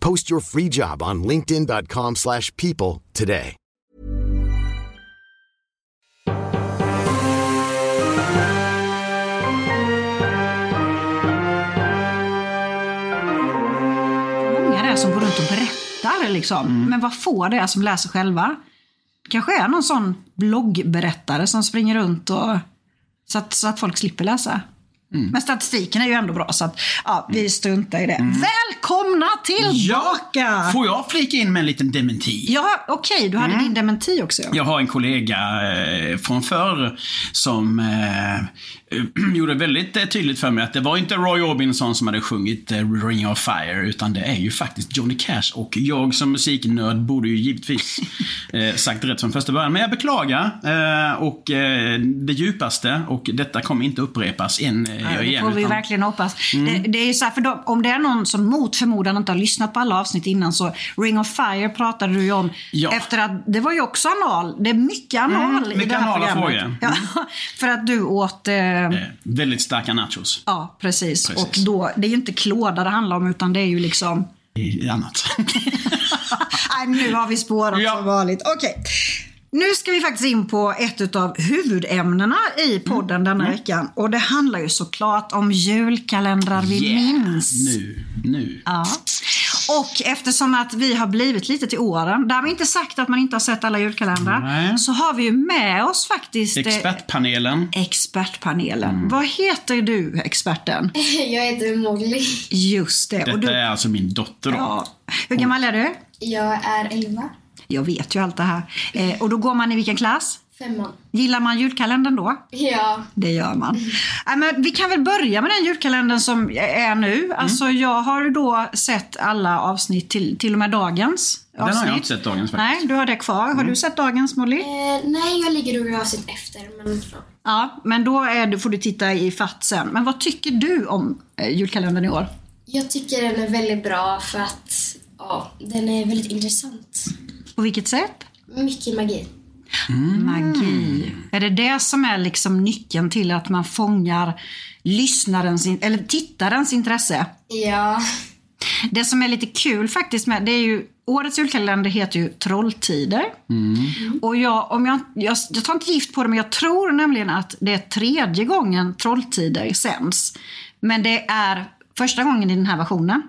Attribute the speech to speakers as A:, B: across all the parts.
A: Post your free job on linkedin.com/people slash people today.
B: många det är som går runt och berättar liksom. Men vad få det är som läser själva. Kanske är någon sån bloggberättare som springer runt och så att, så att folk slipper läsa. Men statistiken är ju ändå bra så att ja, vi struntar i det. Välkomna tillbaka!
C: Får jag flika in med en liten dementi?
B: Ja, okej, du hade din dementi också.
C: Jag har en kollega eh, från förr som eh, gjorde väldigt eh, tydligt för mig att det var inte Roy Orbison som hade sjungit eh, Ring of Fire, utan det är ju faktiskt Johnny Cash. Och jag som musiknörd borde ju givetvis eh, sagt rätt från första början. Men jag beklagar. Eh, och eh, det djupaste, och detta kommer inte upprepas än. Eh, jag
B: Det
C: igen,
B: får vi
C: utan-
B: verkligen hoppas.
C: Mm.
B: Det, det är ju så här, för då, om det är någon som mot förmodan inte har lyssnat på alla avsnitt innan så Ring of Fire pratade du ju om.
C: Ja. Mm,
B: Efter att, det var ju också anal. Det är mycket anal i
C: mycket
B: det här
C: anala
B: programmet.
C: frågor. Mm.
B: Ja, för att du åt... Eh,
C: Eh, väldigt starka nachos.
B: Ja, precis.
C: Precis.
B: Och då, det är ju inte klåda det handlar om utan det är ju liksom...
C: I annat.
B: Nej, nu har vi spårat
C: Ja.
B: som vanligt. Okej. Nu ska vi faktiskt in på ett utav huvudämnena i
C: Mm.
B: podden denna veckan. Och det handlar ju såklart om julkalendrar vi minns.
C: Nu, nu.
B: Ja. Och eftersom att vi har blivit lite till åren, därmed inte sagt att man inte har sett alla julkalendrar,
C: Nej.
B: så har vi ju med oss faktiskt eh,
C: Expertpanelen.
B: expertpanelen.
C: Mm.
B: Vad heter du, experten?
D: Jag heter Molly.
B: Just det. och
C: Detta
B: du,
C: är alltså min dotter då.
B: ja. Hur gammal är du?
D: Jag är elva.
B: Jag vet ju allt det här. Eh, och då går man i vilken klass?
D: Femman.
B: Gillar man julkalendern då?
D: Ja.
B: Det gör man.
C: Mm.
B: Ja, men vi kan väl börja med den julkalendern som är nu.
C: Mm.
B: Alltså, jag har då sett alla avsnitt, till, till och med dagens.
C: har jag
B: avsnitt.
C: inte sett dagens faktiskt. Mm.
B: Nej, du har det kvar. Har du sett dagens Molly?
D: Eh, nej, jag ligger och avsnitt efter. Men
B: Ja, men då är du, får du titta i fatt sen. Men vad tycker du om eh, julkalendern i år?
D: jag tycker den är väldigt bra för att ja, den är väldigt intressant.
B: På vilket sätt?
D: Mycket magi.
C: Mm.
B: Magi. Är det det som är liksom nyckeln till att man fångar lyssnarens, in- eller tittarens intresse?
D: Ja.
B: Det som är lite kul faktiskt med det är ju Årets julkalender heter ju Trolltider. Och jag, om jag, jag, jag tar inte gift på det, men jag tror nämligen att det är tredje gången Trolltider sänds. Men det är första gången i den här versionen.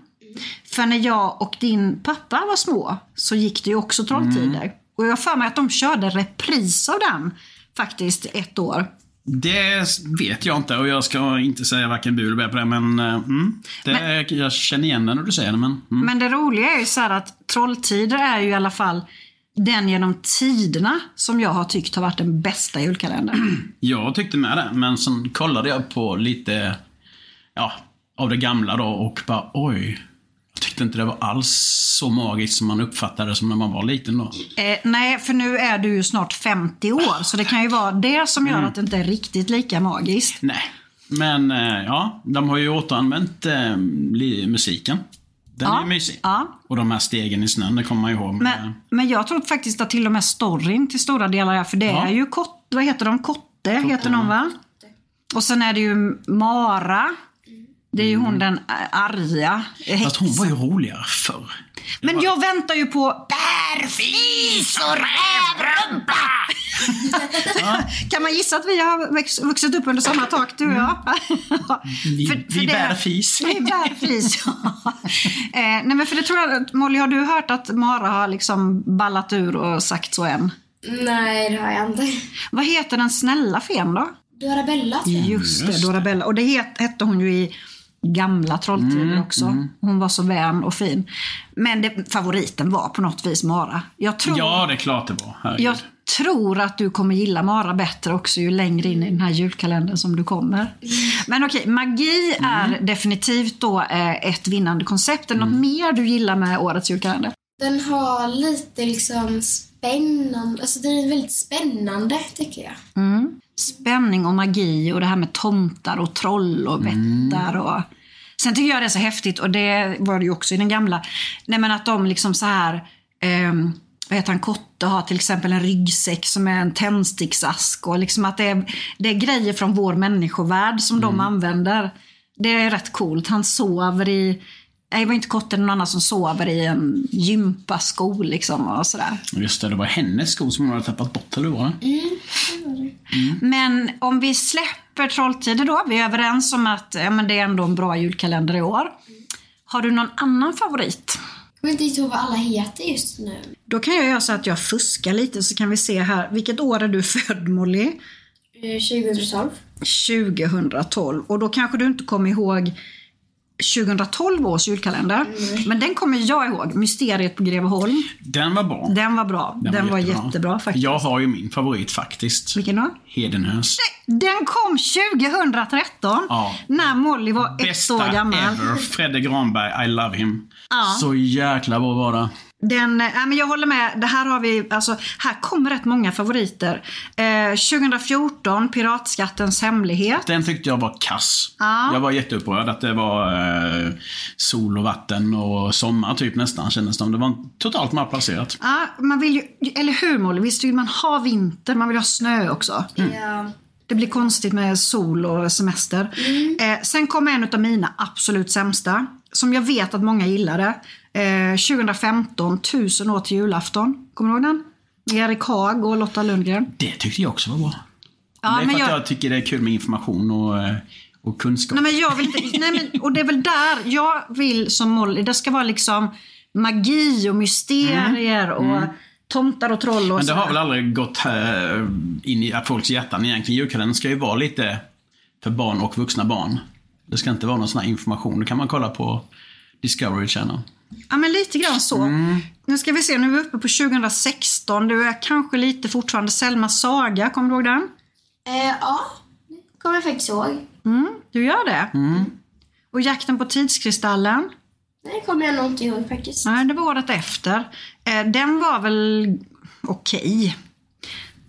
B: För när jag och din pappa var små så gick det ju också Trolltider. Och jag har för mig att de körde repris av den faktiskt ett år.
C: Det vet jag inte och jag ska inte säga varken bu eller bä på det men... eh, Mm, det, Jag känner igen den när du säger det men... Mm.
B: Men det roliga är ju så här att Trolltider är ju i alla fall den genom tiderna som jag har tyckt har varit den bästa julkalendern.
C: Jag tyckte med det men sen kollade jag på lite... Ja, av det gamla då och bara oj. tyckte inte det var alls så magiskt som man uppfattade det som när man var liten då.
B: Eh, nej, för nu är du ju snart 50 år, så det kan ju vara det som
C: Mm.
B: gör att det inte är riktigt lika magiskt.
C: Nej. Men eh, ja, de har ju återanvänt eh, li- musiken. Den är ju mysig.
B: ja.
C: Och de här stegen i snön, det kommer man ju ihåg.
B: Men, men jag tror faktiskt att till och med storyn till stora delar är, för det
C: Ja.
B: är ju kott, vad heter de? Kotte heter de va? Och sen är det ju Mara. Det är ju hon den eh, arga.
C: Mm. Fast hon var ju roligare förr.
B: Men jag väntar ju på bär, flis och rävrumpa! kan man gissa att vi har växt- vuxit upp under samma tak du och jag?
C: Mm. Vi,
B: För- för
C: vi
B: det-
C: bär fis.
B: Vi bär fis. ja. eh, nej men för det tror jag, att- Molly har du hört att Mara har liksom ballat ur och sagt så än?
D: Nej, det har jag inte.
B: Vad heter den snälla fen då?
D: Dorabella tror jag.
B: Just det, Dorabella. Och det het, hette hon ju i gamla Trolltider också. Hon var så vän och fin. Men det, favoriten var på något vis Mara. Jag tror,
C: Ja, det är klart det var. Herregud.
B: jag tror att du kommer gilla Mara bättre också ju längre in i den här julkalendern som du kommer. Men okej, magi är definitivt då eh, ett vinnande koncept. Är det något mer du gillar med årets julkalender?
D: Den har lite liksom spännande, alltså den är väldigt spännande tycker jag.
B: spänning och magi och det här med tomtar och troll och vättar. Och... Sen tycker jag det är så häftigt, och det var det ju också i den gamla, nej men att de liksom så här, ehm, vad heter han, Kotte har till exempel en ryggsäck som är en tändsticksask och liksom att det är, det är grejer från vår människovärld som de använder. Det är rätt coolt. Han sover i, nej det var inte Kotte, det var någon annan som sover i en gympasko liksom och sådär.
C: Just det, det var hennes sko som hon hade tappat bort, eller hur var det?
B: Mm. Men om vi släpper Trolltider då. Vi är överens om att ja, men det är ändå en bra julkalender i år. Har du någon annan favorit?
D: Jag kommer inte ihåg vad alla heter just nu.
B: Då kan jag göra så att jag fuskar lite så kan vi se här. Vilket år är du född Molly?
D: Eh, 2012.
B: 2012. Och då kanske du inte kommer ihåg 2012 års julkalender. Men den kommer jag ihåg. Mysteriet på Greveholm.
C: Den var bra.
B: Den var bra. Den, var, jättebra. faktiskt.
C: Jag har ju min favorit faktiskt.
B: Vilken då?
C: Hedenhös.
B: Den kom 2013.
C: Ja.
B: När Molly var ett år gammal.
C: ever. Fredde Granberg, I love him. Så jäkla bra var det.
B: Den, äh, men jag håller med. Det här har vi, alltså, här kommer rätt många favoriter. Eh, 2014, Piratskattens hemlighet.
C: Den tyckte jag var kass. Jag var jätteupprörd att det var eh, sol och vatten och sommar typ nästan kändes det som. Det var totalt malplacerat.
B: Ja, man vill ju, eller hur Molly? Visst vill man ha vinter? Man vill ha snö också.
C: Mm.
D: Ja.
B: Det blir konstigt med sol och semester. Eh, sen kommer en av mina absolut sämsta. Som jag vet att många gillade. Eh, 2015, 1000 år till julafton. Kommer du ihåg den? Med Erik Haag och Lotta Lundgren.
C: Det tyckte jag också var bra.
B: Ja,
C: det är
B: men
C: för att
B: jag-
C: jag... tycker det är kul med information och, eh, och kunskap.
B: Nej men jag vill inte, nej men, och det är väl där jag vill som Molly, det ska vara liksom magi och mysterier och tomtar och troll och
C: Mm. Men det har
B: sådär.
C: väl aldrig gått eh, in i folks hjärtan egentligen. Julkalendern ska ju vara lite för barn och vuxna barn. Det ska inte vara någon sån här information. Det kan man kolla på Discovery Channel.
B: Ja men lite grann så.
C: Mm.
B: Nu ska vi se, nu är vi uppe på 2016. Du är kanske lite fortfarande Selma Saga, kommer du ihåg den?
D: Eh, ja, det kommer jag faktiskt ihåg.
B: Du gör det?
C: Mm.
B: Och Jakten på tidskristallen?
D: Nej, det kommer jag nog inte ihåg faktiskt.
B: Nej, det var året efter. Eh, den var väl okej.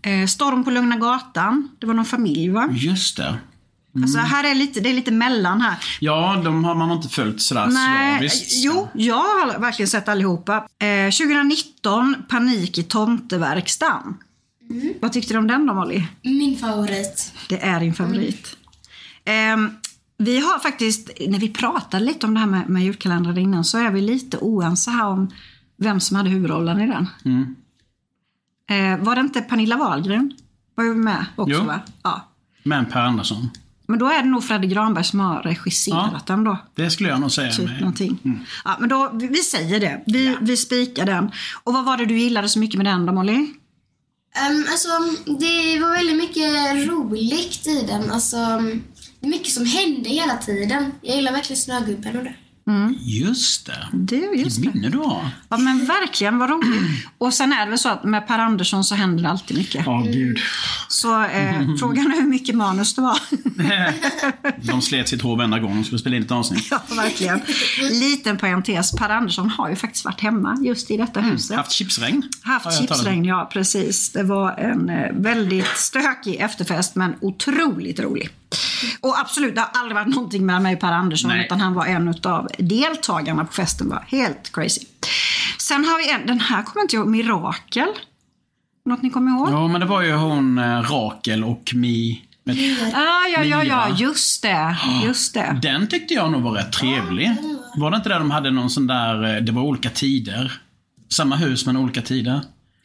B: Eh, Storm på Lugna Gatan, det var någon familj va?
C: Just det. Mm.
B: Alltså här är lite, det är lite mellan här.
C: Ja, de har man inte följt sådär
B: Nej,
C: slaviskt.
B: jo, jag har verkligen sett allihopa. Eh, 2019, Panik i tomteverkstan. Vad tyckte du om den då Molly?
D: Min favorit.
B: Det är din favorit. Ehm, vi har faktiskt, när vi pratade lite om det här med, med julkalendrar innan, så är vi lite oense här om vem som hade huvudrollen i den.
C: Mm.
B: Eh, var det inte Pernilla Wahlgren? Var ju med också
C: Jo.
B: va? Ja.
C: Men Per Andersson.
B: Men då är det nog Fredde Granberg som har regisserat
C: Ja.
B: den då.
C: Det skulle jag nog säga.
B: Typ
C: med-
B: någonting. Ja, men då, vi, vi säger det. Vi, vi spikar den. Och vad var det du gillade så mycket med den då Molly?
D: Ehm, alltså, det var väldigt mycket roligt i den. Alltså, det är mycket som hände hela tiden. Jag gillar verkligen Snögubben och det.
C: Just det.
B: Du, just det.
C: Vilket minne du har.
B: Mm. Ja men verkligen, vad roligt. Och sen är det väl så att med Per Andersson så händer det alltid mycket.
C: Ja, gud.
B: Så eh, frågan är hur mycket manus det var.
C: De slet sitt hår varenda gång de skulle spela in ett avsnitt.
B: ja, verkligen. Liten parentes, Per Andersson har ju faktiskt varit hemma just i detta huset.
C: Haft chipsregn. har
B: Haft
C: jag talat om.
B: chipsregn, ja precis. Det var en eh, väldigt stökig efterfest men otroligt rolig. Och absolut, det har aldrig varit någonting mellan mig och Per Andersson
C: Nej.
B: utan han var en av deltagarna på festen. var helt crazy. Sen har vi en, den här kommer inte jag ihåg, Mirakel. Något ni kommer ihåg?
C: Ja, men det var ju hon eh, Rakel och Mi. Men
B: Ah, ja, ja, ja,
C: Mira.
B: just det. Just det.
C: Den tyckte jag nog var rätt trevlig. Var det inte där de hade någon sån där, eh, det var olika tider. Samma hus men olika tider.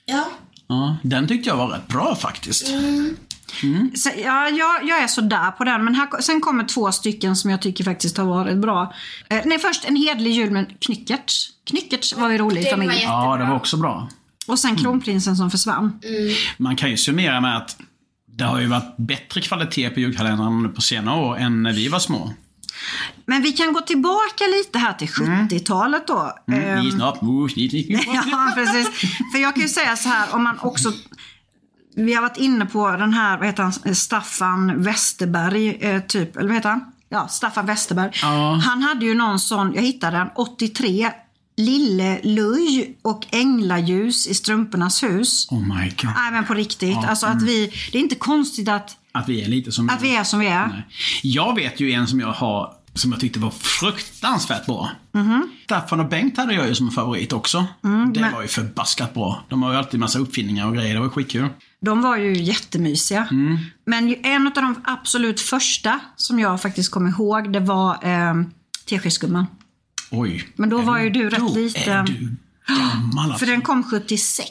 D: Ja.
C: Ja, den tyckte jag var rätt bra faktiskt.
B: Mm, Så, ja, jag, jag är sådär på den, men här, sen kommer två stycken som jag tycker faktiskt har varit bra. Eh, nej, först En hedlig jul med Knyckertz. Knyckertz var vi rolig i
D: Den var
B: familjen.
D: jättebra.
C: Ja, det var också bra.
B: Och sen Kronprinsen som försvann.
C: Man kan ju summera med att det har ju varit bättre kvalitet på julkalendrarna nu på senare år än när vi var små.
B: Men vi kan gå tillbaka lite här till 70-talet då. Eh,
C: Vi snart, mos, ni- ni-
B: ja, precis. För jag kan ju säga så här, om man också... Vi har varit inne på den här, vad heter han, Staffan Westerberg, eh, typ. Eller vad heter han? Ja, Staffan Westerberg. Han hade ju någon sån, jag hittade den, 83. Lille Luj och Änglaljus i Strumpornas hus.
C: Oh my god.
B: Nej men på riktigt. Alltså att vi, det är inte konstigt att,
C: Att vi är lite som...
B: att vi är som vi är.
C: Jag vet ju en som jag har som jag tyckte var fruktansvärt bra. Staffan och Bengt hade jag ju som favorit också.
B: Mm,
C: det var ju förbaskat bra. De har ju alltid massa uppfinningar och grejer. Det var skitkul.
B: De var ju jättemysiga.
C: Mm.
B: Men ju- en av de absolut första som jag faktiskt kom ihåg, det var eh, Teskedsgumman.
C: Oj.
B: Men då var ju du rätt
C: Då är
B: liten.
C: du gammal
B: För
C: alltså.
B: den kom 76.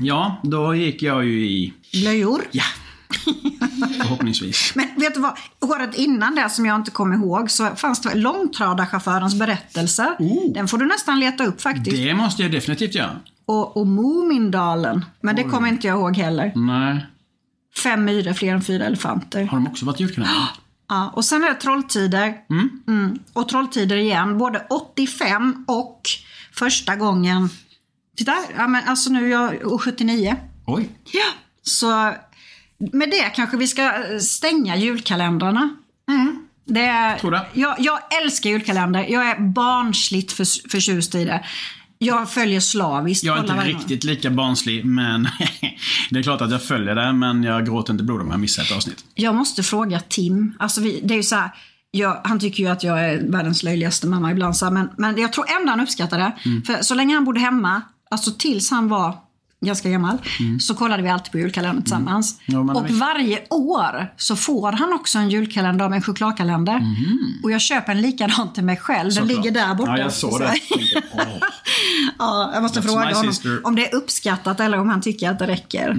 C: Ja, då gick jag ju i...
B: Blöjor.
C: Ja. Förhoppningsvis.
B: Men vet du vad? Året innan det som jag inte kom ihåg så fanns det långtradarchaufförens berättelser. Den får du nästan leta upp faktiskt.
C: Oh. Det måste jag definitivt göra.
B: Och, och Mumindalen. Men det kommer inte jag ihåg heller.
C: Nej.
B: Fem myror fler än fyra elefanter.
C: Har de också varit julkalender?
B: Ja, och sen är det Trolltider. Mm. Och Trolltider igen, både 85 och första gången. Titta, ja, men alltså nu är jag och 79.
C: Oj.
B: Ja. Så med det kanske vi ska eh, stänga julkalendrarna. Mm. Det är,
C: Tror det.
B: jag, jag älskar julkalender. Jag är barnsligt för, förtjust i det. Jag följer slaviskt.
C: Jag är
B: Kolla
C: inte
B: varje gång.
C: riktigt lika barnslig, men det är klart att jag följer det, men jag gråter inte blod om jag missar ett avsnitt.
B: Jag måste fråga Tim. Alltså vi, det är ju så här, jag, han tycker ju att jag är världens löjligaste mamma ibland. Så här, men, men jag tror ändå han uppskattar det.
C: Mm.
B: För så länge han bodde hemma, alltså tills han var ganska gammal, så kollade vi alltid på julkalendern tillsammans.
C: Mm. Ja, men
B: och
C: visst.
B: varje år så får han också en julkalender av en chokladkalender. Och jag köper en likadan till mig själv. Den ligger där borta.
C: Mm. Ja, jag såg det. Tänkte, åh.
B: Ja, jag måste
C: That's my
B: fråga honom
C: sister. Mm.
B: om det är uppskattat eller om han tycker att det räcker.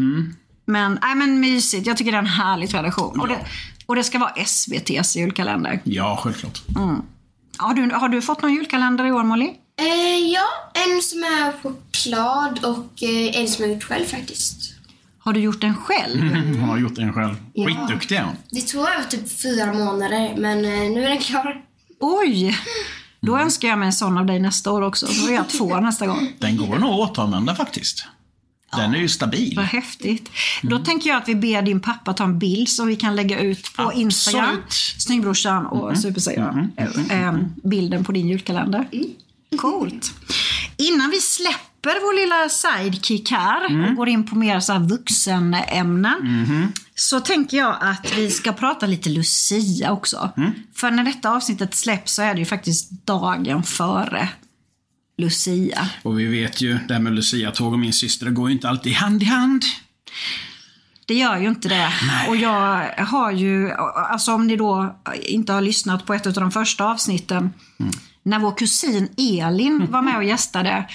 B: Men, nej, men mysigt. Jag tycker det är en härlig tradition. Och, det, och det ska vara SVTs julkalender.
C: Ja, självklart.
B: Har du, har du fått någon julkalender i år, Molly?
D: Eh, ja, en som är choklad och eh, en som jag gjort själv faktiskt.
B: Har du gjort den själv?
C: Mm. Hon har gjort en själv. Skitduktig är hon.
D: Det tog över typ fyra månader, men eh, nu är den klar.
B: Oj! Då önskar jag mig en sån av dig nästa år också. Då är jag två nästa gång.
C: Den går nog att återanvända faktiskt. Den är ju stabil.
B: Vad häftigt. Då tänker jag att vi ber din pappa ta en bild som vi kan lägga ut på
C: Absolut.
B: Instagram. Snyggbrorsan och supersyrran. Eh, eh, bilden på din julkalender. Coolt. Innan vi släpper vår lilla sidekick här och går in på mer så här vuxenämnen. Så tänker jag att vi ska prata lite Lucia också. För när detta avsnittet släpps så är det ju faktiskt dagen före Lucia.
C: Och vi vet ju, det här med Lucia-tåg och min syster, det går ju inte alltid hand i hand.
B: Det gör ju inte det. Och jag har ju, alltså om ni då inte har lyssnat på ett av de första avsnitten. När vår kusin Elin var med och gästade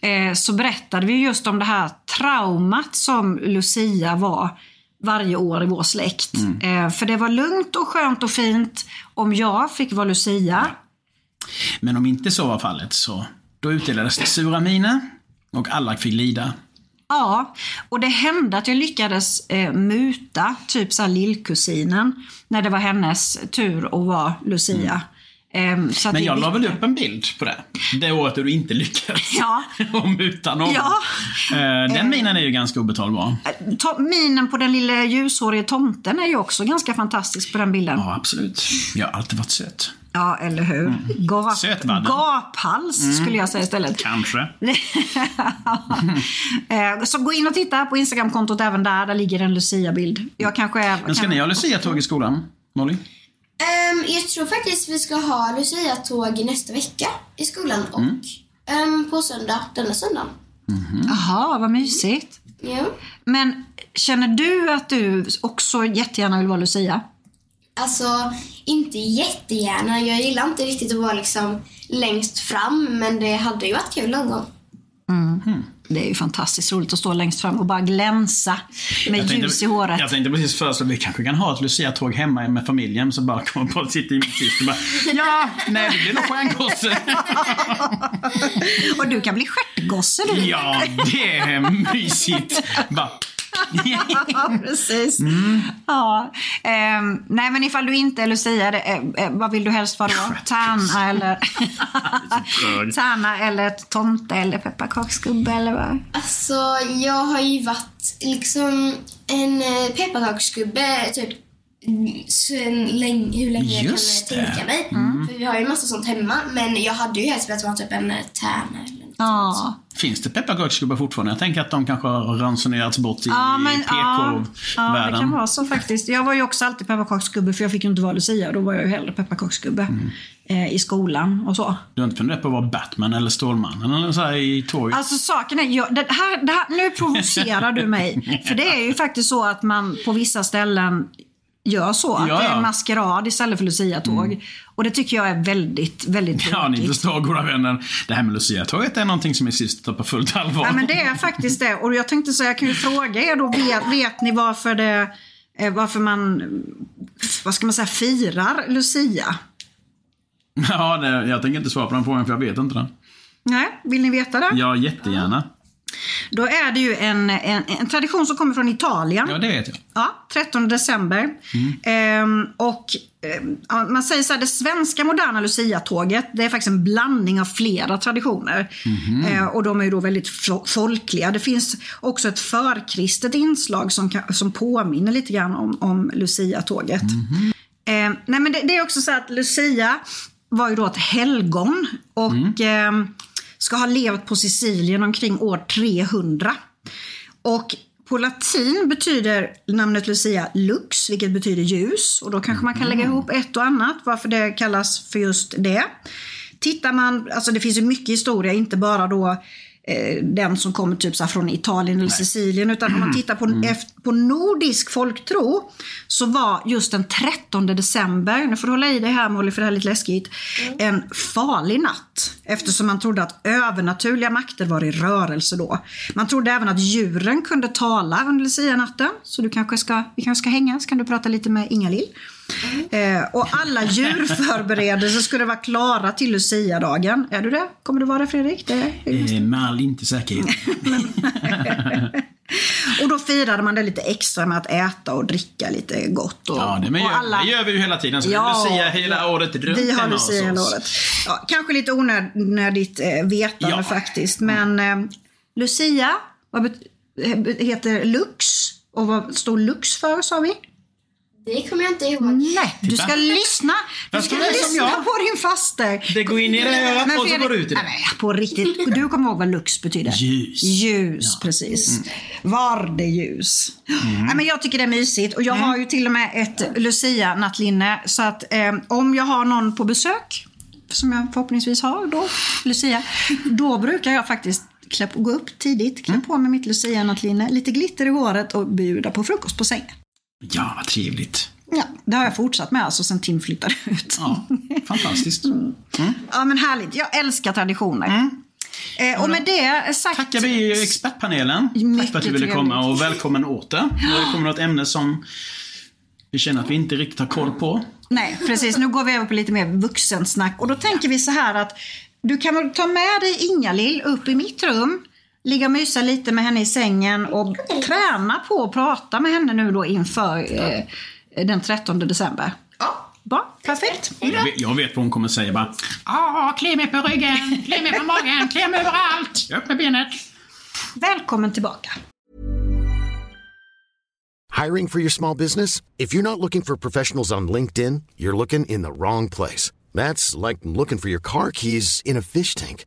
B: eh, så berättade vi just om det här traumat som Lucia var varje år i vår släkt. Eh, för det var lugnt och skönt och fint om jag fick vara Lucia.
C: Men om inte så var fallet så, då utdelades det sura miner och alla fick lida.
B: Ja, och det hände att jag lyckades eh, muta typ så här lillkusinen när det var hennes tur att vara Lucia. Ehm, så att
C: Mm. Men
B: vi
C: jag la
B: bytte.
C: väl upp en bild på det. Det året då du inte lyckades.
B: Ja.
C: Om utan om.
B: Ja. Eh.
C: Eh, Den minen är ju ganska obetalbar.
B: To- Minen på den lilla ljushåriga tomten är ju också ganska fantastisk på den bilden.
C: Ja, Mm. absolut. Jag har alltid varit söt.
B: Ja, eller hur? Gap,
C: Sötvadden.
B: gaphals
C: Mm.
B: skulle jag säga istället.
C: Kanske.
B: Eh, så gå in och titta på Instagramkontot även där. Där ligger en Lucia-bild. Jag kanske är...
C: Men ska
B: kan-
C: ni ha Lucia-tåg i skolan, Molly?
D: Ehm, jag tror faktiskt vi ska ha Lucia-tåg nästa vecka i skolan och ehm, på söndag, denna söndagen.
B: Jaha, vad mysigt.
D: Ja.
B: Men känner du att du också jättegärna vill vara Lucia?
D: Alltså, inte jättegärna. Jag gillar inte riktigt att vara liksom längst fram, men det hade ju varit kul någon gång.
B: Det är ju fantastiskt roligt att stå längst fram och bara glänsa med
C: Alltså,
B: ljus i håret.
C: jag tänkte precis föreslå att vi kanske kan ha ett Lucia-tåg hemma med familjen, så bara kommer på och sitter i mitt syster och bara Ja, nej det blir nog stjärngosse.
B: Och du kan bli stjärtgosse du.
C: Ja, det är mysigt. Bara,
B: Ja, precis.
C: Mm.
B: Ja. ehm, nej, men ifall du inte är Lucia, det, eh, eh, vad vill du helst vara då? Tärna eller... Tärna eller tomte eller pepparkaksgubbe eller vad?
D: Alltså, jag har ju varit liksom en eh, pepparkaksgubbe typ sen länge, hur länge jag
C: Just
D: kan
C: det. Mm.
D: eh, tänka mig. För vi har ju massa sånt hemma, men jag hade ju helst velat vara typ en eh, tärna. eller något sånt.
B: Ja.
C: Finns det pepparkaksgubbar fortfarande? Jag tänker att de kanske har ransonerats bort i
B: Ja, men, ja, ja, det kan
C: PK-världen.
B: vara så faktiskt. Jag var ju också alltid pepparkaksgubbe för jag fick ju inte vara Lucia. Då var jag ju hellre pepparkaksgubbe
C: Mm.
B: eh, i skolan och så.
C: Du har inte funderat på att vara Batman eller Stålmannen eller så här i torget?
B: Alltså saken är, jag, det här, det här, nu provocerar du mig. För det är ju faktiskt så att man på vissa ställen gör så. Att
C: Ja,
B: det
C: ja. Mm.
B: är en maskerad istället för luciatåg. Och det tycker jag är väldigt, väldigt tråkigt.
C: Ja, ni förstår goda vänner. Det här med Lucia-tåget är någonting som är sist att ta på fullt allvar.
B: Ja, men det är faktiskt det. Och jag tänkte så här, jag kan ju fråga er då, vet, vet ni varför det, eh, varför man, vad ska man säga, firar lucia?
C: Ja, det, jag tänker inte svara på den frågan för jag vet inte den.
B: Nej, vill ni veta det?
C: Ja, jättegärna.
B: Då är det ju en, en, en tradition som kommer från Italien.
C: Ja, det vet jag.
B: Ja, 13 december. Ehm, och ehm, ja, man säger så här, det svenska moderna Lucia-tåget, det är faktiskt en blandning av flera traditioner. Eh, och de är ju då väldigt fo- folkliga. Det finns också ett förkristet inslag som, kan, som påminner lite grann om, om Lucia-tåget. Ehm, nej men det, det är också så att Lucia var ju då ett helgon och ehm, ska ha levt på Sicilien omkring år 300. Och på latin betyder namnet Lucia lux, vilket betyder ljus. Och då kanske man kan lägga ihop ett och annat, varför det kallas för just det. Tittar man, alltså det finns ju mycket historia, inte bara då eh, den som kommer typ så här från Italien eller Sicilien. Utan om man tittar på, eft- på nordisk folktro så var just den 13 december, nu får du hålla i dig här Molly för det här är lite läskigt, en farlig natt. Eftersom man trodde att övernaturliga makter var i rörelse då. Man trodde även att djuren kunde tala under Lucia-natten. Så du kanske ska, vi kanske ska hänga så kan du prata lite med Inga-Lill. Eh, och alla djurförberedelser skulle vara klara till Lucia-dagen. Är du det? Kommer du vara det Fredrik? Det är ju
C: Eh, med all inte säkerhet.
B: Och då firade man det lite extra med att äta och dricka lite gott. Och,
C: Ja, det, men
B: och
C: gör,
B: alla...
C: det gör vi ju hela tiden. Så ja, Lucia hela året runt
B: Vi har
C: hemma
B: Lucia hela
C: hos oss.
B: året. Ja, kanske lite onödigt eh, vetande
C: Ja.
B: faktiskt. Men eh, Lucia vad bet- eh, bet- heter Lux. Och vad står Lux för sa vi?
D: Det kommer jag inte ihåg.
B: Nej, du ska lyssna. Du
C: Fast
B: ska
C: det är som
B: lyssna
C: jag.
B: på din faster.
C: Det går in i det örat och så går det ut i det.
B: Nej, men på riktigt. Du kommer ihåg vad lux betyder?
C: Ljus. Mm.
B: Ljus, precis. Var det ljus. Nej, men jag tycker det är mysigt och jag
C: Mm.
B: har ju till och med ett Lucia-nattlinne. Så att eh, om jag har någon på besök, som jag förhoppningsvis har då, Lucia, då brukar jag faktiskt klä på, gå upp tidigt,
C: Mm.
B: klä på mig mitt Lucia-nattlinne, lite glitter i håret och bjuda på frukost på sängen.
C: Ja, vad trevligt.
B: Ja, det har jag fortsatt med alltså sen Tim flyttade ut.
C: Ja, fantastiskt.
B: Mm. Ja men härligt, jag älskar traditioner. Eh, och med det sagt...
C: Mm. Tackar vi expertpanelen. Tack
B: Mycket
C: för att du ville komma
B: trevligt.
C: och välkommen åter. Nu kommer ett ämne som vi känner att vi inte riktigt har koll på.
B: Nej precis, nu går vi över på lite mer vuxensnack. Och då tänker vi så här att du kan väl ta med dig Inga-Lill upp i mitt rum, ligga och mysa lite med henne i sängen och träna på att prata med henne nu då inför eh, den 13 december.
D: Ja.
B: Bra, perfekt.
C: Jag vet, jag vet vad hon kommer säga bara.
E: Ja, kli mig på ryggen, kli mig på magen, kli mig överallt. Upp med benet.
B: Välkommen tillbaka.
A: Hiring for your small business? If you're not looking for professionals on LinkedIn, you're looking in the wrong place. That's like looking for your car keys in a fish tank.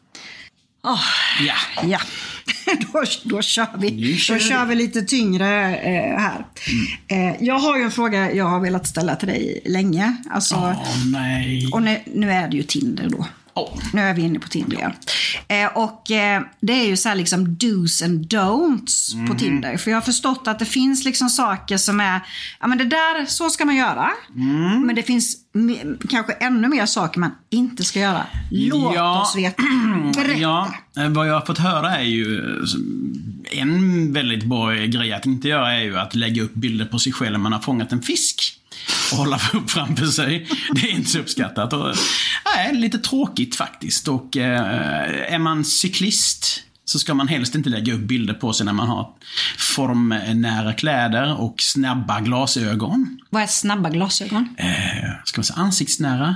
B: Åh,
C: Ja.
B: ja, då, då, kör vi.
C: kör
B: då
C: vi. Mm.
B: kör vi lite tyngre eh, här. Eh, jag har ju en fråga jag har velat ställa till dig länge. Alltså,
C: Åh nej.
B: Och nu, nu är det ju Tinder då.
C: Åh.
B: Nu är vi inne på Tinder igen. Eh, och eh, det är ju så här liksom do's and don'ts
C: Mm.
B: på Tinder. För jag har förstått att det finns liksom saker som är, ja men det där, så ska man göra.
C: Mm.
B: Men det finns me- kanske ännu mer saker man inte ska göra. Låt
C: Ja.
B: oss veta. Berätta.
C: Ja, eh, vad jag har fått höra är ju eh, som- en väldigt bra grej att inte göra är ju att lägga upp bilder på sig själv när man har fångat en fisk. Och hålla upp framför sig. Det är inte så uppskattat. Och, nej, lite tråkigt faktiskt. Och eh, är man cyklist så ska man helst inte lägga upp bilder på sig när man har formnära kläder och snabba glasögon.
B: Vad är snabba glasögon?
C: Eh, ska man säga ansiktsnära?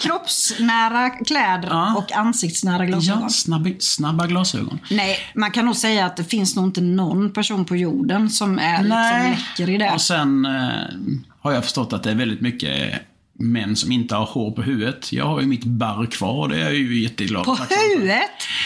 B: Kroppsnära kläder
C: Ja.
B: och ansiktsnära glasögon.
C: Ja, snabba, snabba glasögon.
B: Nej, man kan nog säga att det finns nog inte någon person på jorden som är liksom läcker i det.
C: Och sen eh, har jag förstått att det är väldigt mycket män som inte har hår på huvudet. Jag har ju mitt barr kvar och det är jag ju jätteglad
B: På
C: och tacksam för.
B: huvudet?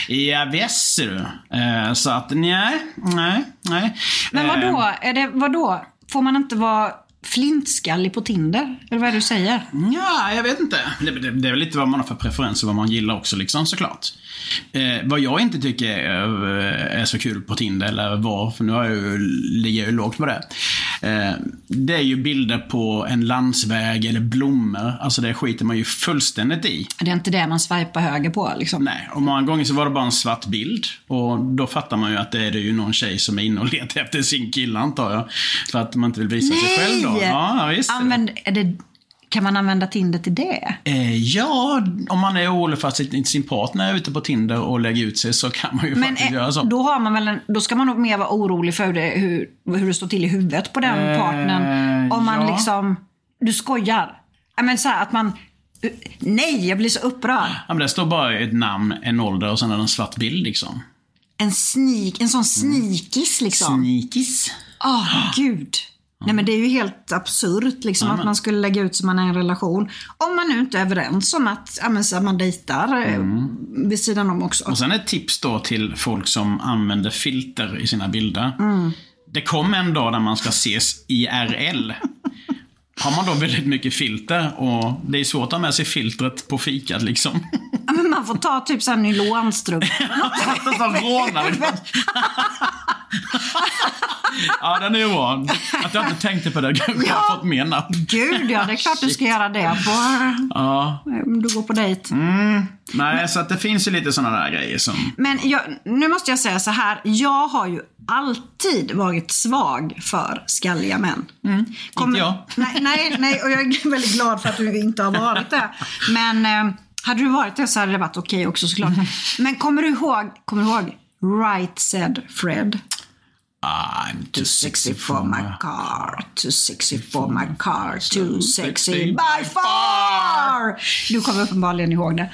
C: Ja, visst ser du. Eh, så att nej, nej, nej.
B: Men
C: Eh,
B: vadå? Är det, vadå? Får man inte vara flintskallig på Tinder? Eller vad är det du säger?
C: Eh, Ja, jag vet inte. Det, det, det är väl lite vad man har för preferenser, vad man gillar också liksom såklart. Eh, vad jag inte tycker är, eh, är så kul på Tinder, eller var, för nu har jag ju, ligger jag ju lågt på det. Eh, det är ju bilder på en landsväg eller blommor. Alltså det skiter man ju fullständigt i.
B: Det är inte det man swipar höger på liksom.
C: Nej, och många gånger så var det bara en svart bild. Och då fattar man ju att det är det ju någon tjej som är inne och letar efter sin kille antar jag. För att man inte vill visa sig själv då. Ja, visst.
B: Använd, är det, kan man använda Tinder till det?
C: Eh, ja, om man är orolig för att sin, sin partner är ute på Tinder och lägger ut sig så kan man ju
B: Men
C: faktiskt
B: eh,
C: göra så.
B: då, har man väl en, då ska man nog mer vara orolig för det, hur, hur det står till i huvudet på den
C: Eh,
B: partnern. Om man
C: ja.
B: liksom... Du skojar? Ja, Men så här, att man... Nej, jag blir så upprörd.
C: Ja, men det står bara ett namn, en ålder och sen är det en svart bild liksom.
B: En, sneak,
C: Mm.
B: en sån sneakis liksom.
C: Sneakis.
B: Åh, gud. Nej men det är ju helt absurt liksom att man skulle lägga ut som man är i en relation. Om man nu inte är överens om att ja, men, så att man dejtar eh,
C: Mm.
B: vid sidan om också.
C: Och sen ett tips då till folk som använder filter i sina bilder. Det kom en dag där man ska ses IRL. Har man då väldigt mycket filter och det är svårt att ha med sig filtret på fikat liksom.
B: Ja, men man får ta typ såhär nylonstrump.
C: Nästan rånare. ja, den är ju bra. Att jag inte tänkte på det kanske jag har fått mer napp.
B: gud ja, det är klart du ska göra det på,
C: Ja.
B: om du går på dejt.
C: Nej, så att det finns ju lite sådana där grejer som...
B: Men jag, nu måste jag säga så här. Jag har ju alltid varit svag för skalliga män. Kommer-
C: jag.
B: Nej, nej, nej, och jag är väldigt glad för att du inte har varit det. Men eh, hade du varit det så hade det varit okej också såklart. Men kommer du ihåg, kommer du ihåg Right said Fred?
C: I'm
B: Too sexy for my car, too sexy for my car, too sexy by far. Du kommer uppenbarligen ihåg det.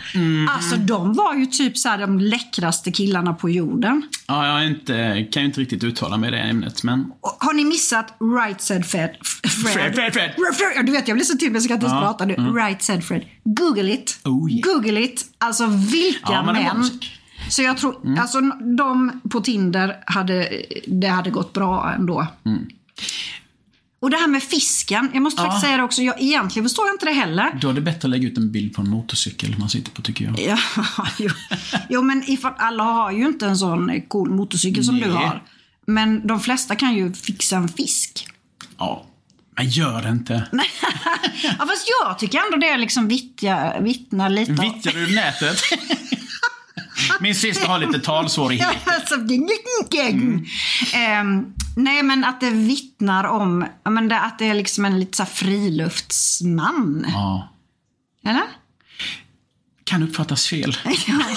B: Alltså
C: Mm.
B: de var ju typ så här de läckraste killarna på jorden.
C: Ja, jag är inte, kan ju inte riktigt uttala mig i det ämnet, men...
B: Och har ni missat Right said Fred? Fred,
C: Fred, Fred, Fred.
B: Ja, Du vet, jag blir så till mig så jag kan inte ens prata nu. Right said Fred. Google it.
C: Oh, yeah.
B: Google it. Alltså vilka
C: Ja, men det var
B: män.
C: musik. Mm.
B: Så jag tror, alltså de på Tinder hade, det hade gått bra ändå.
C: Mm.
B: Och det här med fisken, jag måste faktiskt säga det också, jag, egentligen förstår jag inte det heller.
C: Då är det bättre att lägga ut en bild på en motorcykel man sitter på, tycker jag.
B: Ja, jo. jo men ifall, alla har ju inte en sån eh, cool motorcykel som du
C: Nej.
B: har. Men de flesta kan ju fixa en fisk.
C: Ja. Men gör det inte.
B: Ja, fast jag tycker ändå det är liksom vittja, vittnar lite om-
C: Vittjar du nätet? Min syster har lite talsvårigheter.
B: Ja, alltså, ding, ding, ding. Ehm, nej, men att det vittnar om ja, men det, att det är liksom en lite så här friluftsman.
C: Ja.
B: Eller?
C: Kan uppfattas fel.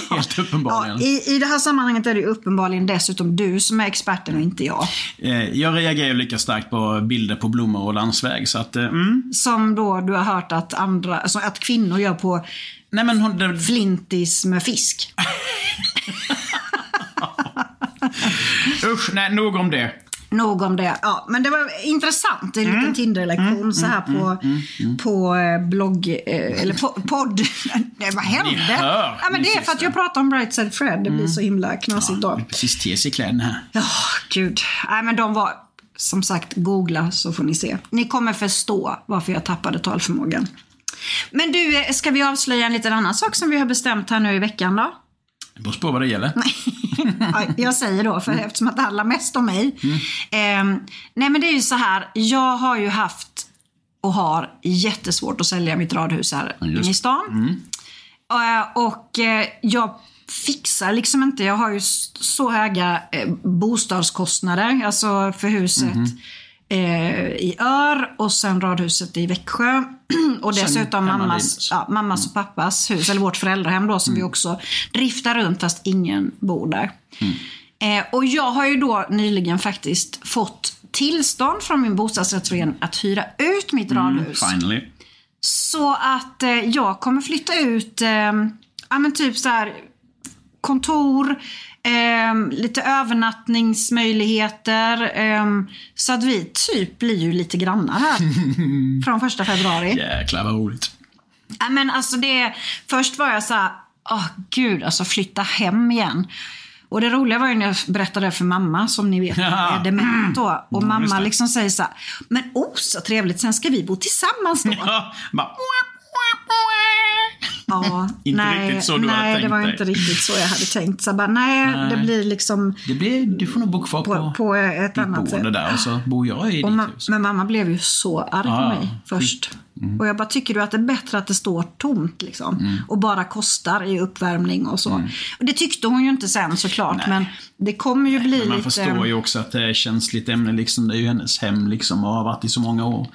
C: Helt
B: Ja,
C: uppenbarligen.
B: i, I det här sammanhanget är det ju uppenbarligen dessutom du som är experten och inte jag.
C: Eh, Jag reagerar ju lika starkt på bilder på blommor och landsväg, så att... eh, Mm.
B: Som då du har hört att, andra, alltså att kvinnor gör på
C: Nej, men hon... det-
B: flintis med fisk.
C: Usch, nej, nog om det.
B: Nog om det. Ja, men det var intressant. Det är en liten
C: Mm.
B: Tinder-lektion så här på, på eh, blogg... eh, Eller po- podd. Nej, vad hände?
C: hör, Mm.
B: ja, men
C: ni
B: det är för att jag pratar om Bright Side Fred. Det blir så himla knasigt då.
C: Precis tes i kläderna här.
B: Ja, gud. Nej, men de var... Som sagt, googla så får ni se. Ni kommer förstå varför jag tappade talförmågan. Men du, eh, ska vi avslöja en liten annan sak som vi har bestämt här nu i veckan då?
C: Det beror på vad det gäller.
B: Ja, jag säger då, för eftersom att det handlar mest om mig. Ehm, nej men det är ju så här, jag har ju haft och har jättesvårt att sälja mitt radhus här inne i stan. Eh, och eh, jag fixar liksom inte, jag har ju s- så höga eh, bostadskostnader, alltså för huset.
C: Mhm.
B: eh, i Ör och sen radhuset i Växjö. och dessutom
C: hemma
B: mammas,
C: vid- Mm.
B: ja, mammas och pappas hus, eller vårt föräldrahem då, som vi också driftar runt fast ingen bor där.
C: Mm.
B: Eh, och jag har ju då nyligen faktiskt fått tillstånd från min bostadsrättsförening att hyra ut mitt
C: Mm,
B: radhus.
C: Finally.
B: Så att eh, jag kommer flytta ut, eh, ja men typ så här kontor, eh, lite övernattningsmöjligheter. Eh, så att vi typ blir ju lite grannar här från första februari.
C: Jäklar vad roligt.
B: Ja, men alltså det, först var jag så här, åh gud, alltså flytta hem igen. Och det roliga var ju när jag berättade det för mamma, som ni vet,
C: Ja. Mm,
B: är dement då. Och
C: just
B: mamma
C: det.
B: liksom säger så här, men oh så trevligt, sen ska vi bo tillsammans då.
C: Ja, bara,
B: Ja,
C: Inte
B: nej,
C: riktigt så du
B: nej,
C: hade tänkt
B: det var
C: dig.
B: inte riktigt så jag hade tänkt. Så jag bara, nej, det blir liksom
C: det blir, du får nog bo kvar
B: på,
C: på,
B: på ett
C: ditt
B: annat
C: boende
B: sätt.
C: där och så bor jag i
B: Och
C: ditt
B: ma-
C: hus. Ah,
B: men
C: Mm.
B: mamma blev ju så arg
C: Ja,
B: på mig först. Och jag bara, tycker du att det är bättre att det står tomt liksom?
C: Mm.
B: Och bara kostar i uppvärmning och så. Och det tyckte hon ju inte sen såklart, men det kommer ju bli
C: Men man
B: lite...
C: förstår ju också att det är känsligt ämne liksom. Det är ju hennes hem liksom och har varit i så många år.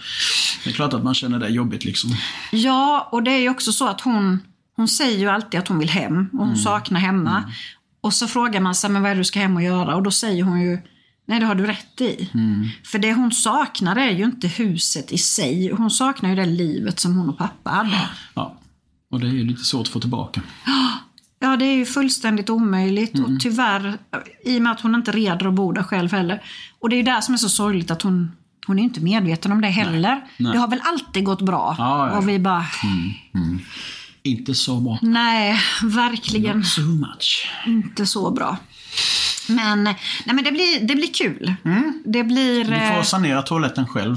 C: Det är klart att man känner det jobbigt liksom.
B: Ja, och det är ju också så att hon, hon säger ju alltid att hon vill hem och hon
C: Mm.
B: saknar hemma. Och så frågar man sig, men vad är det du ska hem och göra? Och då säger hon ju, nej det har du rätt i.
C: Mm.
B: För det hon saknar är ju inte huset i sig. Hon saknar ju det livet som hon och pappa hade.
C: Ja. Och det är ju lite svårt att få tillbaka.
B: Ja, det är ju fullständigt omöjligt
C: Mm.
B: och tyvärr, i och med att hon inte reder och bor där själv heller. Och det är ju där som är så sorgligt att hon, hon är ju inte medveten om det heller. Det har väl alltid gått bra?
C: Ja, ja, Mm. ja.
B: Och vi bara,
C: Inte så bra.
B: nej, verkligen.
C: So much.
B: inte så bra. Men, nej, men det, blir, det blir kul. Det blir...
C: Mm. Du får
B: eh,
C: sanera toaletten själv.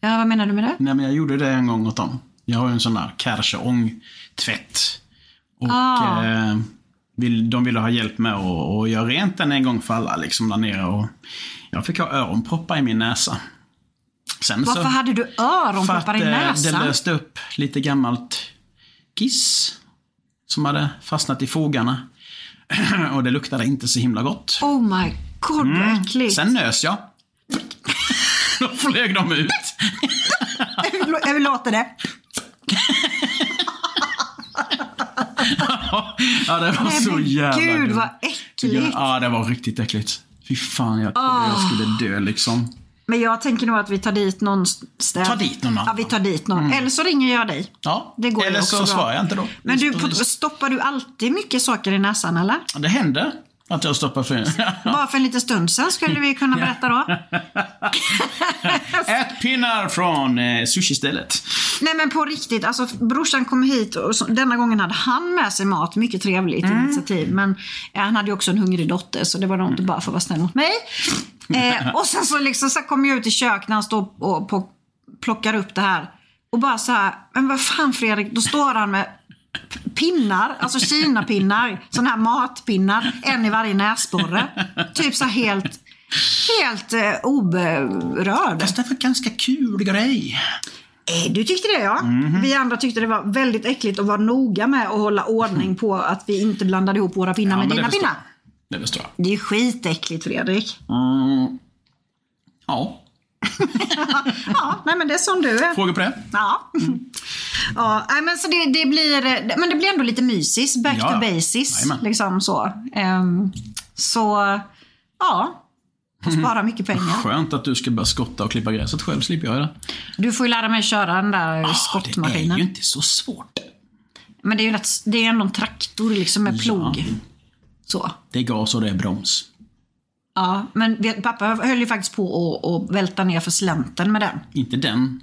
B: Ja, vad menar du med det?
C: Nej men jag gjorde det en gång åt dem. Jag har ju en sån där Kärcheång-tvätt. Och
B: Ah.
C: eh, vill, de ville ha hjälp med att och göra rent den en gång för alla liksom där nere. Och jag fick ha öronproppar i min näsa. Sen
B: Varför
C: så,
B: hade du öronproppar i
C: eh,
B: näsan?
C: det löste upp lite gammalt kiss. Som hade fastnat i fogarna. och det luktade inte så himla gott.
B: Oh my god, vad äckligt.
C: Mm. Sen nös jag. Då flög de ut.
B: Jag vill låta det.
C: Ja, det var
B: Nej,
C: så
B: men
C: jävla
B: gud,
C: dumt.
B: vad äckligt.
C: Ja, det var riktigt äckligt. Fy fan, jag trodde jag
B: Ah.
C: skulle dö liksom.
B: Men jag tänker nog att vi tar dit någon ställe.
C: Ta dit någon annan.
B: Ja, vi tar dit någon. Eller så ringer jag dig.
C: Ja,
B: Det går ju
C: eller så
B: också bra.
C: svarar jag inte då.
B: Men du,
C: Då-
B: på- stoppar du alltid mycket saker i näsan eller?
C: Det hände att jag stoppade fingret.
B: Bara för en liten stund sedan skulle vi kunna berätta då.
C: Ät pinnar från eh, sushi-stället.
B: Nej men på riktigt, alltså brorsan kom hit och så, denna gången hade han med sig mat. Mycket trevligt initiativ. Men eh, han hade ju också en hungrig dotter så det var nog inte bara för att vara snäll mot mig. Eh, och sen så, liksom, så kom jag ut i kök när han står och på, plockar upp det här. Och bara så här, men vad fan Fredrik, då står han med p- pinnar, alltså kinapinnar, sådana här matpinnar, en i varje näsborre. Typ så här helt, helt eh, oberörd.
C: Fast det var en ganska kul grej.
B: Eh, Du tyckte det ja.
C: Mhm.
B: Vi andra tyckte det var väldigt äckligt att vara noga med att hålla ordning på att vi inte blandade ihop våra pinnar
C: Ja,
B: med
C: men det
B: dina
C: förstår
B: pinnar.
C: jag. Det förstår jag.
B: Det är ju skitäckligt Fredrik.
C: Mm. Ja,
B: Ja, nej men det är som du är.
C: frågor på det?
B: Ja.
C: Mm.
B: ja nej, men, så det, det blir, eh, men det blir ändå lite mysigt. Back
C: Ja,
B: to
C: ja.
B: basis.
C: Jajamän.
B: Liksom så. Ehm, så, ja. Får spara mycket pengar.
C: Mhm. Skönt att du ska börja skotta och klippa gräset själv, slipper jag det.
B: Du får ju lära mig köra den där
C: Det är
B: skottmaskinen.
C: ju inte så svårt.
B: Men det är ju lätt, det är ändå en traktor liksom med plog. Så.
C: Det är gas och det är broms.
B: Ja, men vet- pappa höll ju faktiskt på att, att välta ner för slänten med den.
C: Inte den.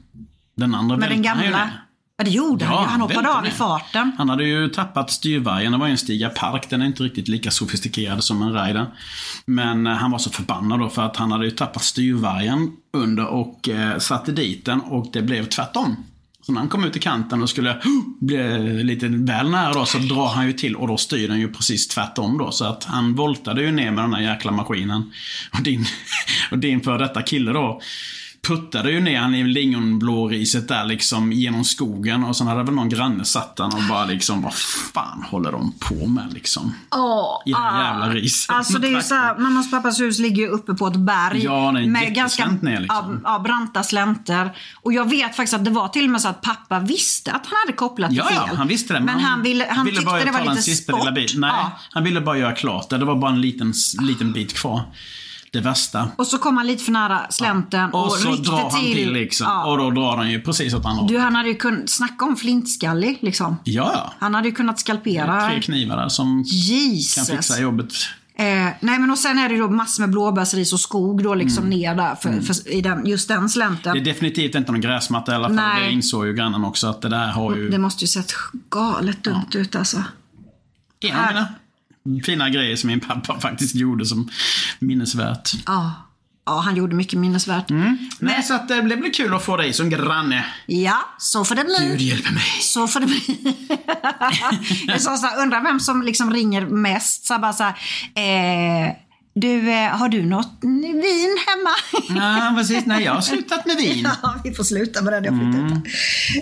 C: Den andra
B: Med den
C: välter han ju
B: gamla.
C: ner.
B: Ja, det gjorde han
C: Ja,
B: ju. Han hoppade
C: välter
B: av i
C: ner.
B: farten.
C: Han hade ju tappat styrvargen. Det var ju en Stiga Park. Den är inte riktigt lika sofistikerad som en Raiden. Men eh, han var så förbannad då för att han hade ju tappat styrvargen under och eh, satte dit den och det blev tvärtom. Så när han kom ut i kanten och skulle bli eh, lite väl nära då så drar han ju till och då styr den ju precis tvärtom då. Så att han voltade ju ner med den här jäkla maskinen. Och din, och din före detta kille då puttade ju ner han i lingonblåriset där liksom genom skogen och sen hade väl någon granne satt den och bara liksom vad fan håller de på med liksom?
B: Åh,
C: I det här
B: ah.
C: jävla riset.
B: Alltså det är ju så här, mammas och pappas hus ligger ju uppe på ett berg.
C: Ja, det är jätteslänt ner, liksom.
B: ja, ja, branta slänter. Och jag vet faktiskt att det var till och med så att pappa visste att han hade kopplat det
C: Ja, ja,
B: fel.
C: han visste det.
B: Men, han, ville, han
C: ville
B: tyckte
C: bara
B: det
C: ta
B: var
C: den
B: lite
C: sista
B: sport.
C: lilla biten. Nej,
B: Ja.
C: han ville bara göra klart det. Det var bara en liten, liten bit kvar. Det värsta.
B: Och så kom han lite för nära slänten
C: Och,
B: och,
C: så
B: ryckte
C: drar han till liksom.
B: Ja.
C: Och då drar han ju precis åt andra
B: Du,
C: hållet.
B: han hade ju kunnat, snacka om flintskallig liksom.
C: Ja,
B: Han hade ju kunnat
C: ja.
B: skalpera.
C: Tre knivar där som Mm, typ. kan
B: Jesus.
C: fixa jobbet.
B: Eh, nej men och sen är det då massor med blåbärsris och skog då liksom ner där för, för, i den, just den slänten.
C: Mm. Det är definitivt inte någon gräsmatta i alla fall.
B: Nej.
C: Det insåg ju grannen också att det där har ju...
B: Det måste ju sett galet dumt ut alltså.
C: En av mina fina grejer som min pappa faktiskt gjorde som minnesvärt.
B: Ja. Ja, han gjorde mycket minnesvärt.
C: Nej, så att eh, det blev väl kul att få dig som granne.
B: Ja, så får det
C: Gud
B: bli.
C: hjälper mig.
B: Så får det bli. Jag sa så här, undrar vem som liksom ringer mest. Så här, bara så här, eh, du, eh, har du något vin
C: Mm.
B: hemma?
C: Ja, precis. Nej, jag har slutat med vin.
B: Ja, vi får sluta med det. Jag flyttar
C: Mm.
B: ut.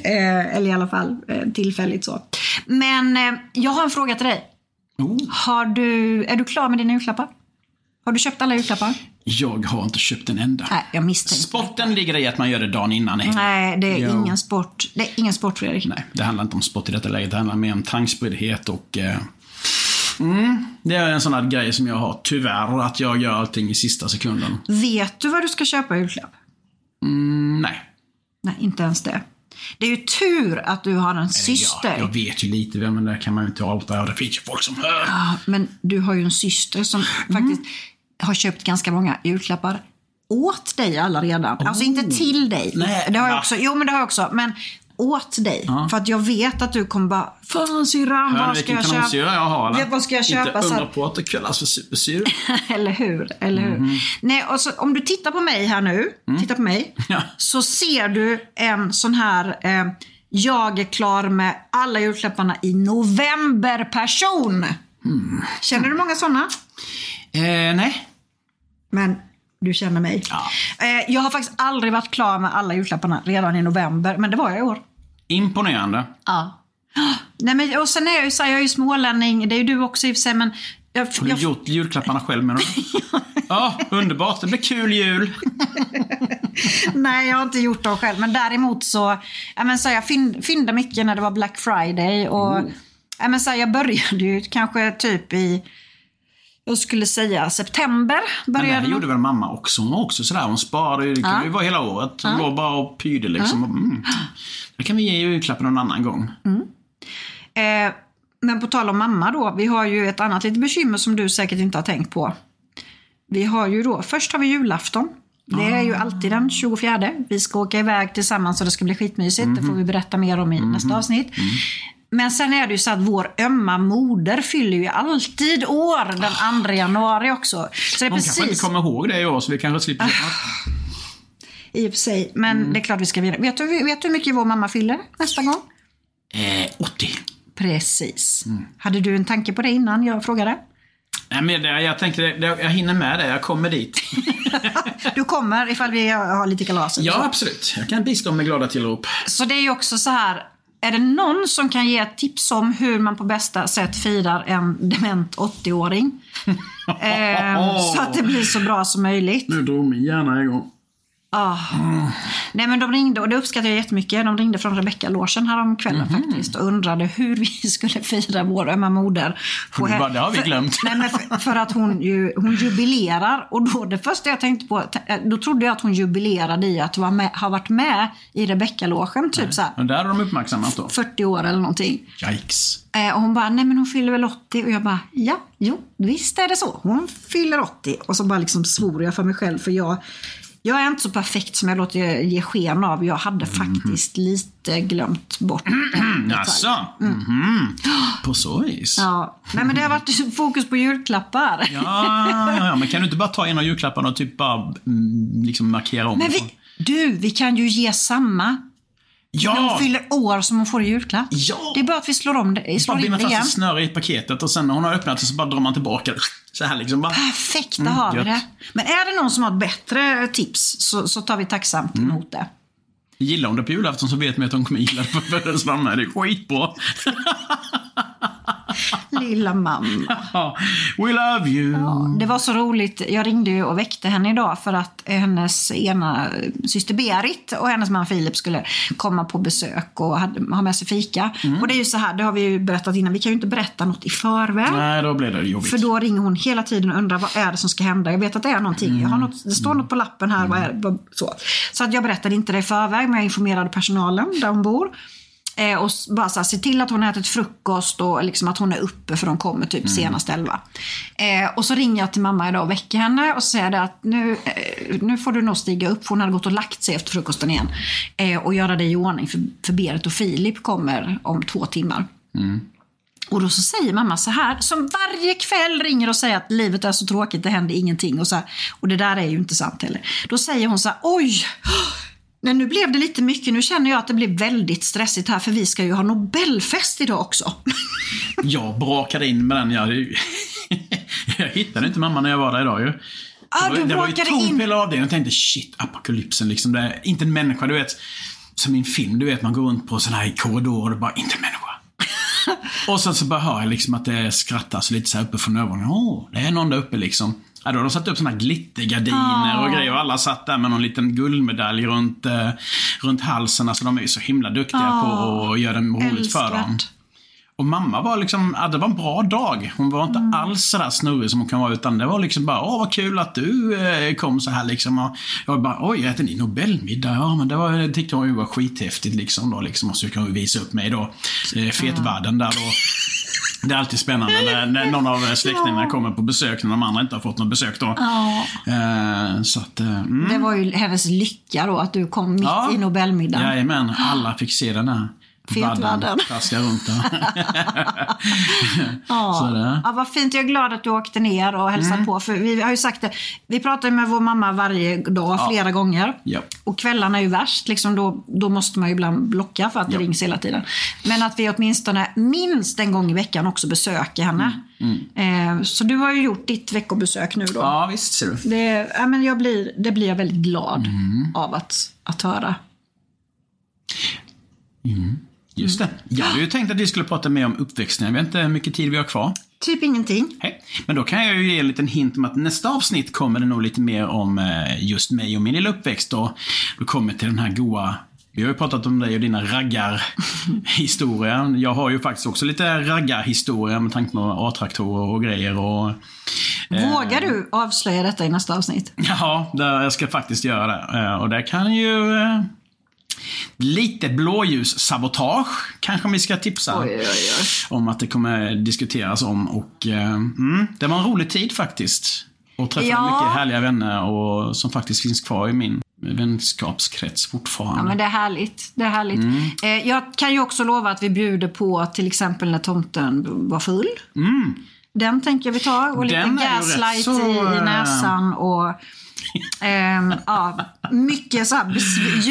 B: Eh, eller i alla fall eh, tillfälligt så. Men eh, jag har en fråga till dig.
C: Oh.
B: Har du, är du klar med dina julklappar? Har du köpt alla julklappar?
C: Jag har inte köpt en enda.
B: Nej, jag misstänkte.
C: Sporten ligger i att man gör det dagen innan. heller.
B: Nej, det är
C: Jo.
B: ingen sport. Det är ingen sport, Fredrik.
C: Nej, det handlar inte om sport i detta läget. Det handlar mer om tankspriddhet och... Eh, mm, det är en sån här grej som jag har, tyvärr, att jag gör allting i sista sekunden.
B: Vet du vad du ska köpa i julklapp?
C: Mm, nej.
B: Nej, inte ens det. Det är ju tur att du har en syster.
C: Jag, jag vet ju lite vem men det kan man ju inte outa. Ja, Det finns ju folk som hör.
B: Ja, men du har ju en syster som
C: Mm.
B: faktiskt har köpt ganska många julklappar åt dig alla redan. Alltså inte till dig.
C: Oh. Nej,
B: det har jag
C: va?
B: också. Jo, men det har jag också. Men åt dig. För att jag vet att du kommer bara, fan syrran,
C: Hör ni
B: vad ska
C: vilken
B: jag köpa?
C: kanonsyra jag har? eller?
B: Vet vad ska jag köpa?
C: Inte
B: Så
C: undra
B: att,
C: på att det kallas för supersyra.
B: eller hur? Eller hur?
C: Mhm.
B: Nej, och så, om du tittar på mig här nu, titta på mig,
C: Mm. Ja.
B: så ser du en sån här eh, jag är klar med alla julklapparna i november-person.
C: Mm.
B: Känner du många sådana?
C: eh, nej.
B: Men du känner mig. Eh, Jag har faktiskt aldrig varit klar med alla julklapparna redan i november, men det var jag i år.
C: Imponerande.
B: Ja. Nej, men, och sen är jag ju så här, jag är ju smålänning, det är ju du också i och för sig, men jag,
C: Har du
B: jag,
C: gjort julklapparna själv med dem? Ja, underbart. Det blir kul jul.
B: nej, jag har inte gjort dem själv. Men däremot så, ja, men, så här, jag fynd, fyndade mycket när det var
C: Mm.
B: Black Friday. Och, ja, men, så här, jag började ju kanske typ i jag skulle säga september
C: Men det
B: började
C: här gjorde väl mamma också? Hon var också sådär. Hon sparade ju. Det kunde ju vara hela året. Hon låg bara och pyrde liksom. Mm. Det kan vi ge julklappen någon annan gång.
B: Eh, men på tal om mamma då, vi har ju ett annat litet bekymmer som du säkert inte har tänkt på. Vi har ju då, först har vi julafton. Det är ju alltid den 24. Vi ska åka iväg tillsammans och det ska bli skitmysigt. Det får vi berätta mer om i
C: Mhm.
B: nästa avsnitt.
C: Mm.
B: Men sen är det ju så att vår ömma moder fyller ju alltid år den 2 januari också. Så det är
C: Hon Ah. kanske inte
B: precis Ah.
C: kommer ihåg det i år, så vi kanske slipper se något.
B: i och för sig. Men
C: Mm.
B: det är klart vi ska vinna. Vet du, vet du hur mycket vår mamma fyller nästa gång?
C: Eh, 80.
B: Precis. Hade du en tanke på det innan jag frågade?
C: Nej, men det, jag tänkte, det, jag hinner med det. Jag kommer dit.
B: Du kommer ifall vi har lite kalas. eller
C: Ja, absolut. Jag kan bistå med glada tillrop.
B: Så det är ju också så här. Är det någon som kan ge ett tips om hur man på bästa sätt firar en dement 80-åring? Ehm, så att det blir så bra som möjligt.
C: Nu drog min hjärna igång.
B: Nej men de ringde, och det uppskattar jag jättemycket, de ringde från Rebecca-logen häromkvällen
C: Mhm.
B: faktiskt och undrade hur vi skulle fira vår ömma moder.
C: Och du
B: he-
C: bara, det har vi glömt.
B: Nej, men för, för att hon, ju, hon jubilerar och då det första jag tänkte på, t- eh, då trodde jag att hon jubilerade i att vara med, ha varit med i Rebecca-logen typ så här,
C: Men där har de uppmärksammat då.
B: 40 år eller någonting.
C: Yikes.
B: Eh, Och hon bara, nej men hon fyller väl 80? Och jag bara, ja, jo, visst är det så. Hon fyller 80. Och så bara liksom svor jag för mig själv, för jag, jag är inte så perfekt som jag låter ge sken av. Jag hade
C: Mhm.
B: faktiskt lite glömt bort den detaljen.
C: Jaså? Mhm. På så vis? Ja.
B: Mm. Ja. Nej men det har varit fokus på julklappar.
C: Ja, ja, men kan du inte bara ta en av julklapparna och typ bara mm, liksom markera om?
B: Men
C: det?
B: vi, du, vi kan ju ge samma när
C: ja!
B: hon fyller år som hon får i julklapp.
C: Ja!
B: Det är bara att vi slår om det,
C: bara
B: slår in
C: binda
B: det igen.
C: fast ett snöre i paketet och sen när hon har öppnat det så bara drar man tillbaka det. Så här liksom bara.
B: Perfekt, där har vi
C: gött.
B: det. Men är det någon som har ett bättre tips så, så tar vi tacksamt emot det.
C: Gillar hon det på julafton så vet man ju att hon kommer gilla det på födelsedagen med. Det är skitbra.
B: Lilla mamma.
C: Ja. We love you.
B: Det var så roligt. Jag ringde ju och väckte henne idag för att hennes ena syster Berit och hennes man Filip skulle komma på besök och hade- ha med sig fika. Och det är ju så här, det har vi ju berättat innan, vi kan ju inte berätta något i förväg.
C: Nej, då blir det jobbigt.
B: För då ringer hon hela tiden och undrar vad är det som ska hända. Jag vet att det är någonting. Jag har något, det står något på lappen här. Vad är det? Vad- Så, så att jag berättade inte det i förväg men jag informerade personalen där hon bor. Eh, och s- bara så här, se till att hon har ätit frukost och liksom att hon är uppe för de kommer typ senast elva. Eh, och så ringer jag till mamma idag och väcker henne och säger det att nu, eh, nu får du nog stiga upp för hon hade gått och lagt sig efter frukosten igen. Eh, och göra dig i ordning för, för Berit och Filip kommer om två timmar. Och då så säger mamma så här, som varje kväll ringer och säger att livet är så tråkigt, det händer ingenting. Och, så här, och det där är ju inte sant heller. Då säger hon så här, oj! Nej, nu blev det lite mycket. Nu känner jag att det blev väldigt stressigt här för vi ska ju ha Nobelfest idag också.
C: Jag brakade in med den. Jag, jag hittade inte mamma när jag var där idag ju.
B: Ah,
C: det var,
B: du
C: det var ju
B: brakade
C: tomt
B: in.
C: på hela avdelningen. Jag tänkte shit, apokalypsen liksom. Det är inte en människa, du vet. Som i en film, du vet man går runt på sån här korridor och det är bara inte en människa. och sen så bara hör jag liksom att det skrattas lite så här uppe från ögonen. Åh, det är någon där uppe liksom. Ja, då har de satt upp såna här glittergardiner
B: Ah.
C: och grejer och alla satt där med någon liten guldmedalj runt, eh, runt halsen. Alltså de är ju så himla duktiga
B: Ah.
C: på att göra det roligt för dem.
B: Älskvärt.
C: Och mamma var liksom, ja, det var en bra dag. Hon var inte alls sådär snurrig som hon kan vara utan det var liksom bara, åh vad kul att du eh, kom så här liksom. Och jag bara, oj äter ni Nobelmiddag? Ja men det var, det tyckte hon ju var skithäftigt liksom då liksom. Och så kan hon visa upp mig då, eh, fetvärden där då. Det är alltid spännande när, när någon av släktingarna kommer på besök när de andra inte har fått något besök då. Eh, så att, eh, mm.
B: Det var ju hennes lycka då att du kom mitt
C: Ja.
B: i Nobelmiddagen.
C: Jajamän, alla fick se den här
B: Fetvärden.
C: värden traska runt där.
B: Ja.
C: Sådär.
B: ja, vad fint. Jag är glad att du åkte ner och hälsade
C: Mm.
B: på. För vi har ju sagt det, vi pratar ju med vår mamma varje dag, flera gånger.
C: Ja.
B: Och kvällarna är ju värst, liksom då, då måste man ju ibland blocka för att det rings hela tiden. Men att vi åtminstone minst en gång i veckan också besöker henne. Eh, så du har ju gjort ditt veckobesök nu då.
C: Mm. Ja, visst ser du.
B: Det, ja, men jag blir, det blir jag väldigt glad
C: Mm.
B: av att, att höra.
C: Just det. Jag hade ju tänkt att vi skulle prata mer om uppväxten. Jag vet inte hur mycket tid vi har kvar.
B: Typ ingenting.
C: Hej. Men då kan jag ju ge en liten hint om att nästa avsnitt kommer det nog lite mer om eh, just mig och min lilla uppväxt. Då, då kommer till den här goa vi har ju pratat om dig och dina raggarhistorier. Jag har ju faktiskt också lite raggarhistoria med tanke på A-traktorer och grejer och
B: Vågar du avslöja detta i nästa avsnitt?
C: Ja, det- jag ska faktiskt göra det. Eh, Och där kan ju... eh, Lite blåljussabotage kanske vi ska tipsa om att det kommer diskuteras om. Och, eh, mm, det var en rolig tid faktiskt. Och träffade
B: Ja.
C: mycket härliga vänner och, som faktiskt finns kvar i min vänskapskrets fortfarande.
B: Ja, men det är härligt. Det är härligt.
C: Mm.
B: Eh, jag kan ju också lova att vi bjuder på till exempel när tomten b- var full. Den tänker vi ta. Och lite
C: Mm. Den är ju rätt
B: gaslight
C: så,
B: i, i
C: eh,
B: näsan och ehm, ja, mycket så här besv-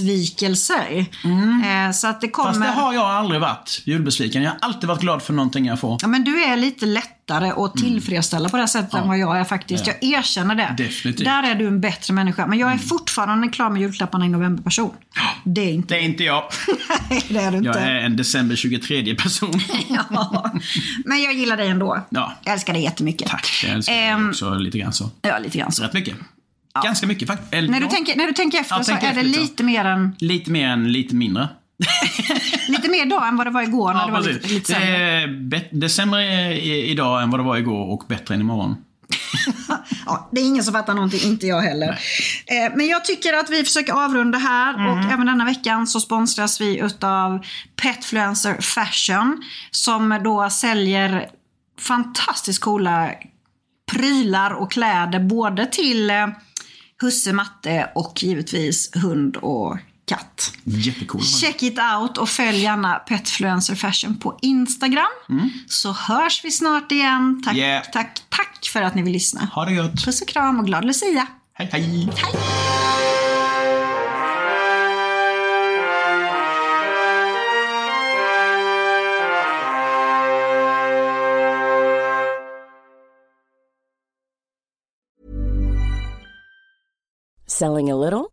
B: julbesvikelser. Eh, så att det kommer...
C: Mm. Fast det har jag aldrig varit, julbesviken. Jag har alltid varit glad för någonting jag får.
B: Ja, men du är lite lättare att
C: Mm.
B: tillfredsställa på det här sättet än vad jag är faktiskt. Jag erkänner det.
C: Definitivt. Mm.
B: Där är du en bättre människa. Men jag är fortfarande en klar med julklapparna i novemberperson. Det är inte
C: Det är inte jag.
B: det är du
C: Jag
B: inte.
C: är en december 23 person.
B: Ja. Men jag gillar dig ändå.
C: Ja.
B: Jag älskar dig jättemycket.
C: Tack, jag älskar dig
B: Ehm,
C: också lite grann så.
B: Ja, lite grann så.
C: Alltså, Rätt mycket. Ganska mycket faktiskt. Eller,
B: När du,
C: ja,
B: tänker, när du tänker efter
C: Ja,
B: så
C: tänk
B: är det
C: efter, ja.
B: lite mer, än,
C: Lite mer än lite mindre.
B: lite mer dag än vad det var igår när
C: Ja,
B: det var lite,
C: precis. Eh,
B: lite
C: det,
B: sämre.
C: är bet- det är sämre i- idag än vad det var igår och bättre än imorgon.
B: Ja, det är ingen som fattar någonting, inte jag heller. Eh, men jag tycker att vi försöker avrunda här och även denna veckan så sponsras vi utav Petfluencer Fashion som då säljer fantastiskt coola prylar och kläder både till eh, husse, matte och givetvis hund och katt.
C: Jättecool.
B: Check it out och följ gärna Petfluencer Fashion på Instagram. Så hörs vi snart igen. Tack,
C: Yeah.
B: tack, tack för att ni vill lyssna.
C: Ha det gött.
B: Puss och kram och glad Lucia!
C: Hej, hej.
F: Selling a little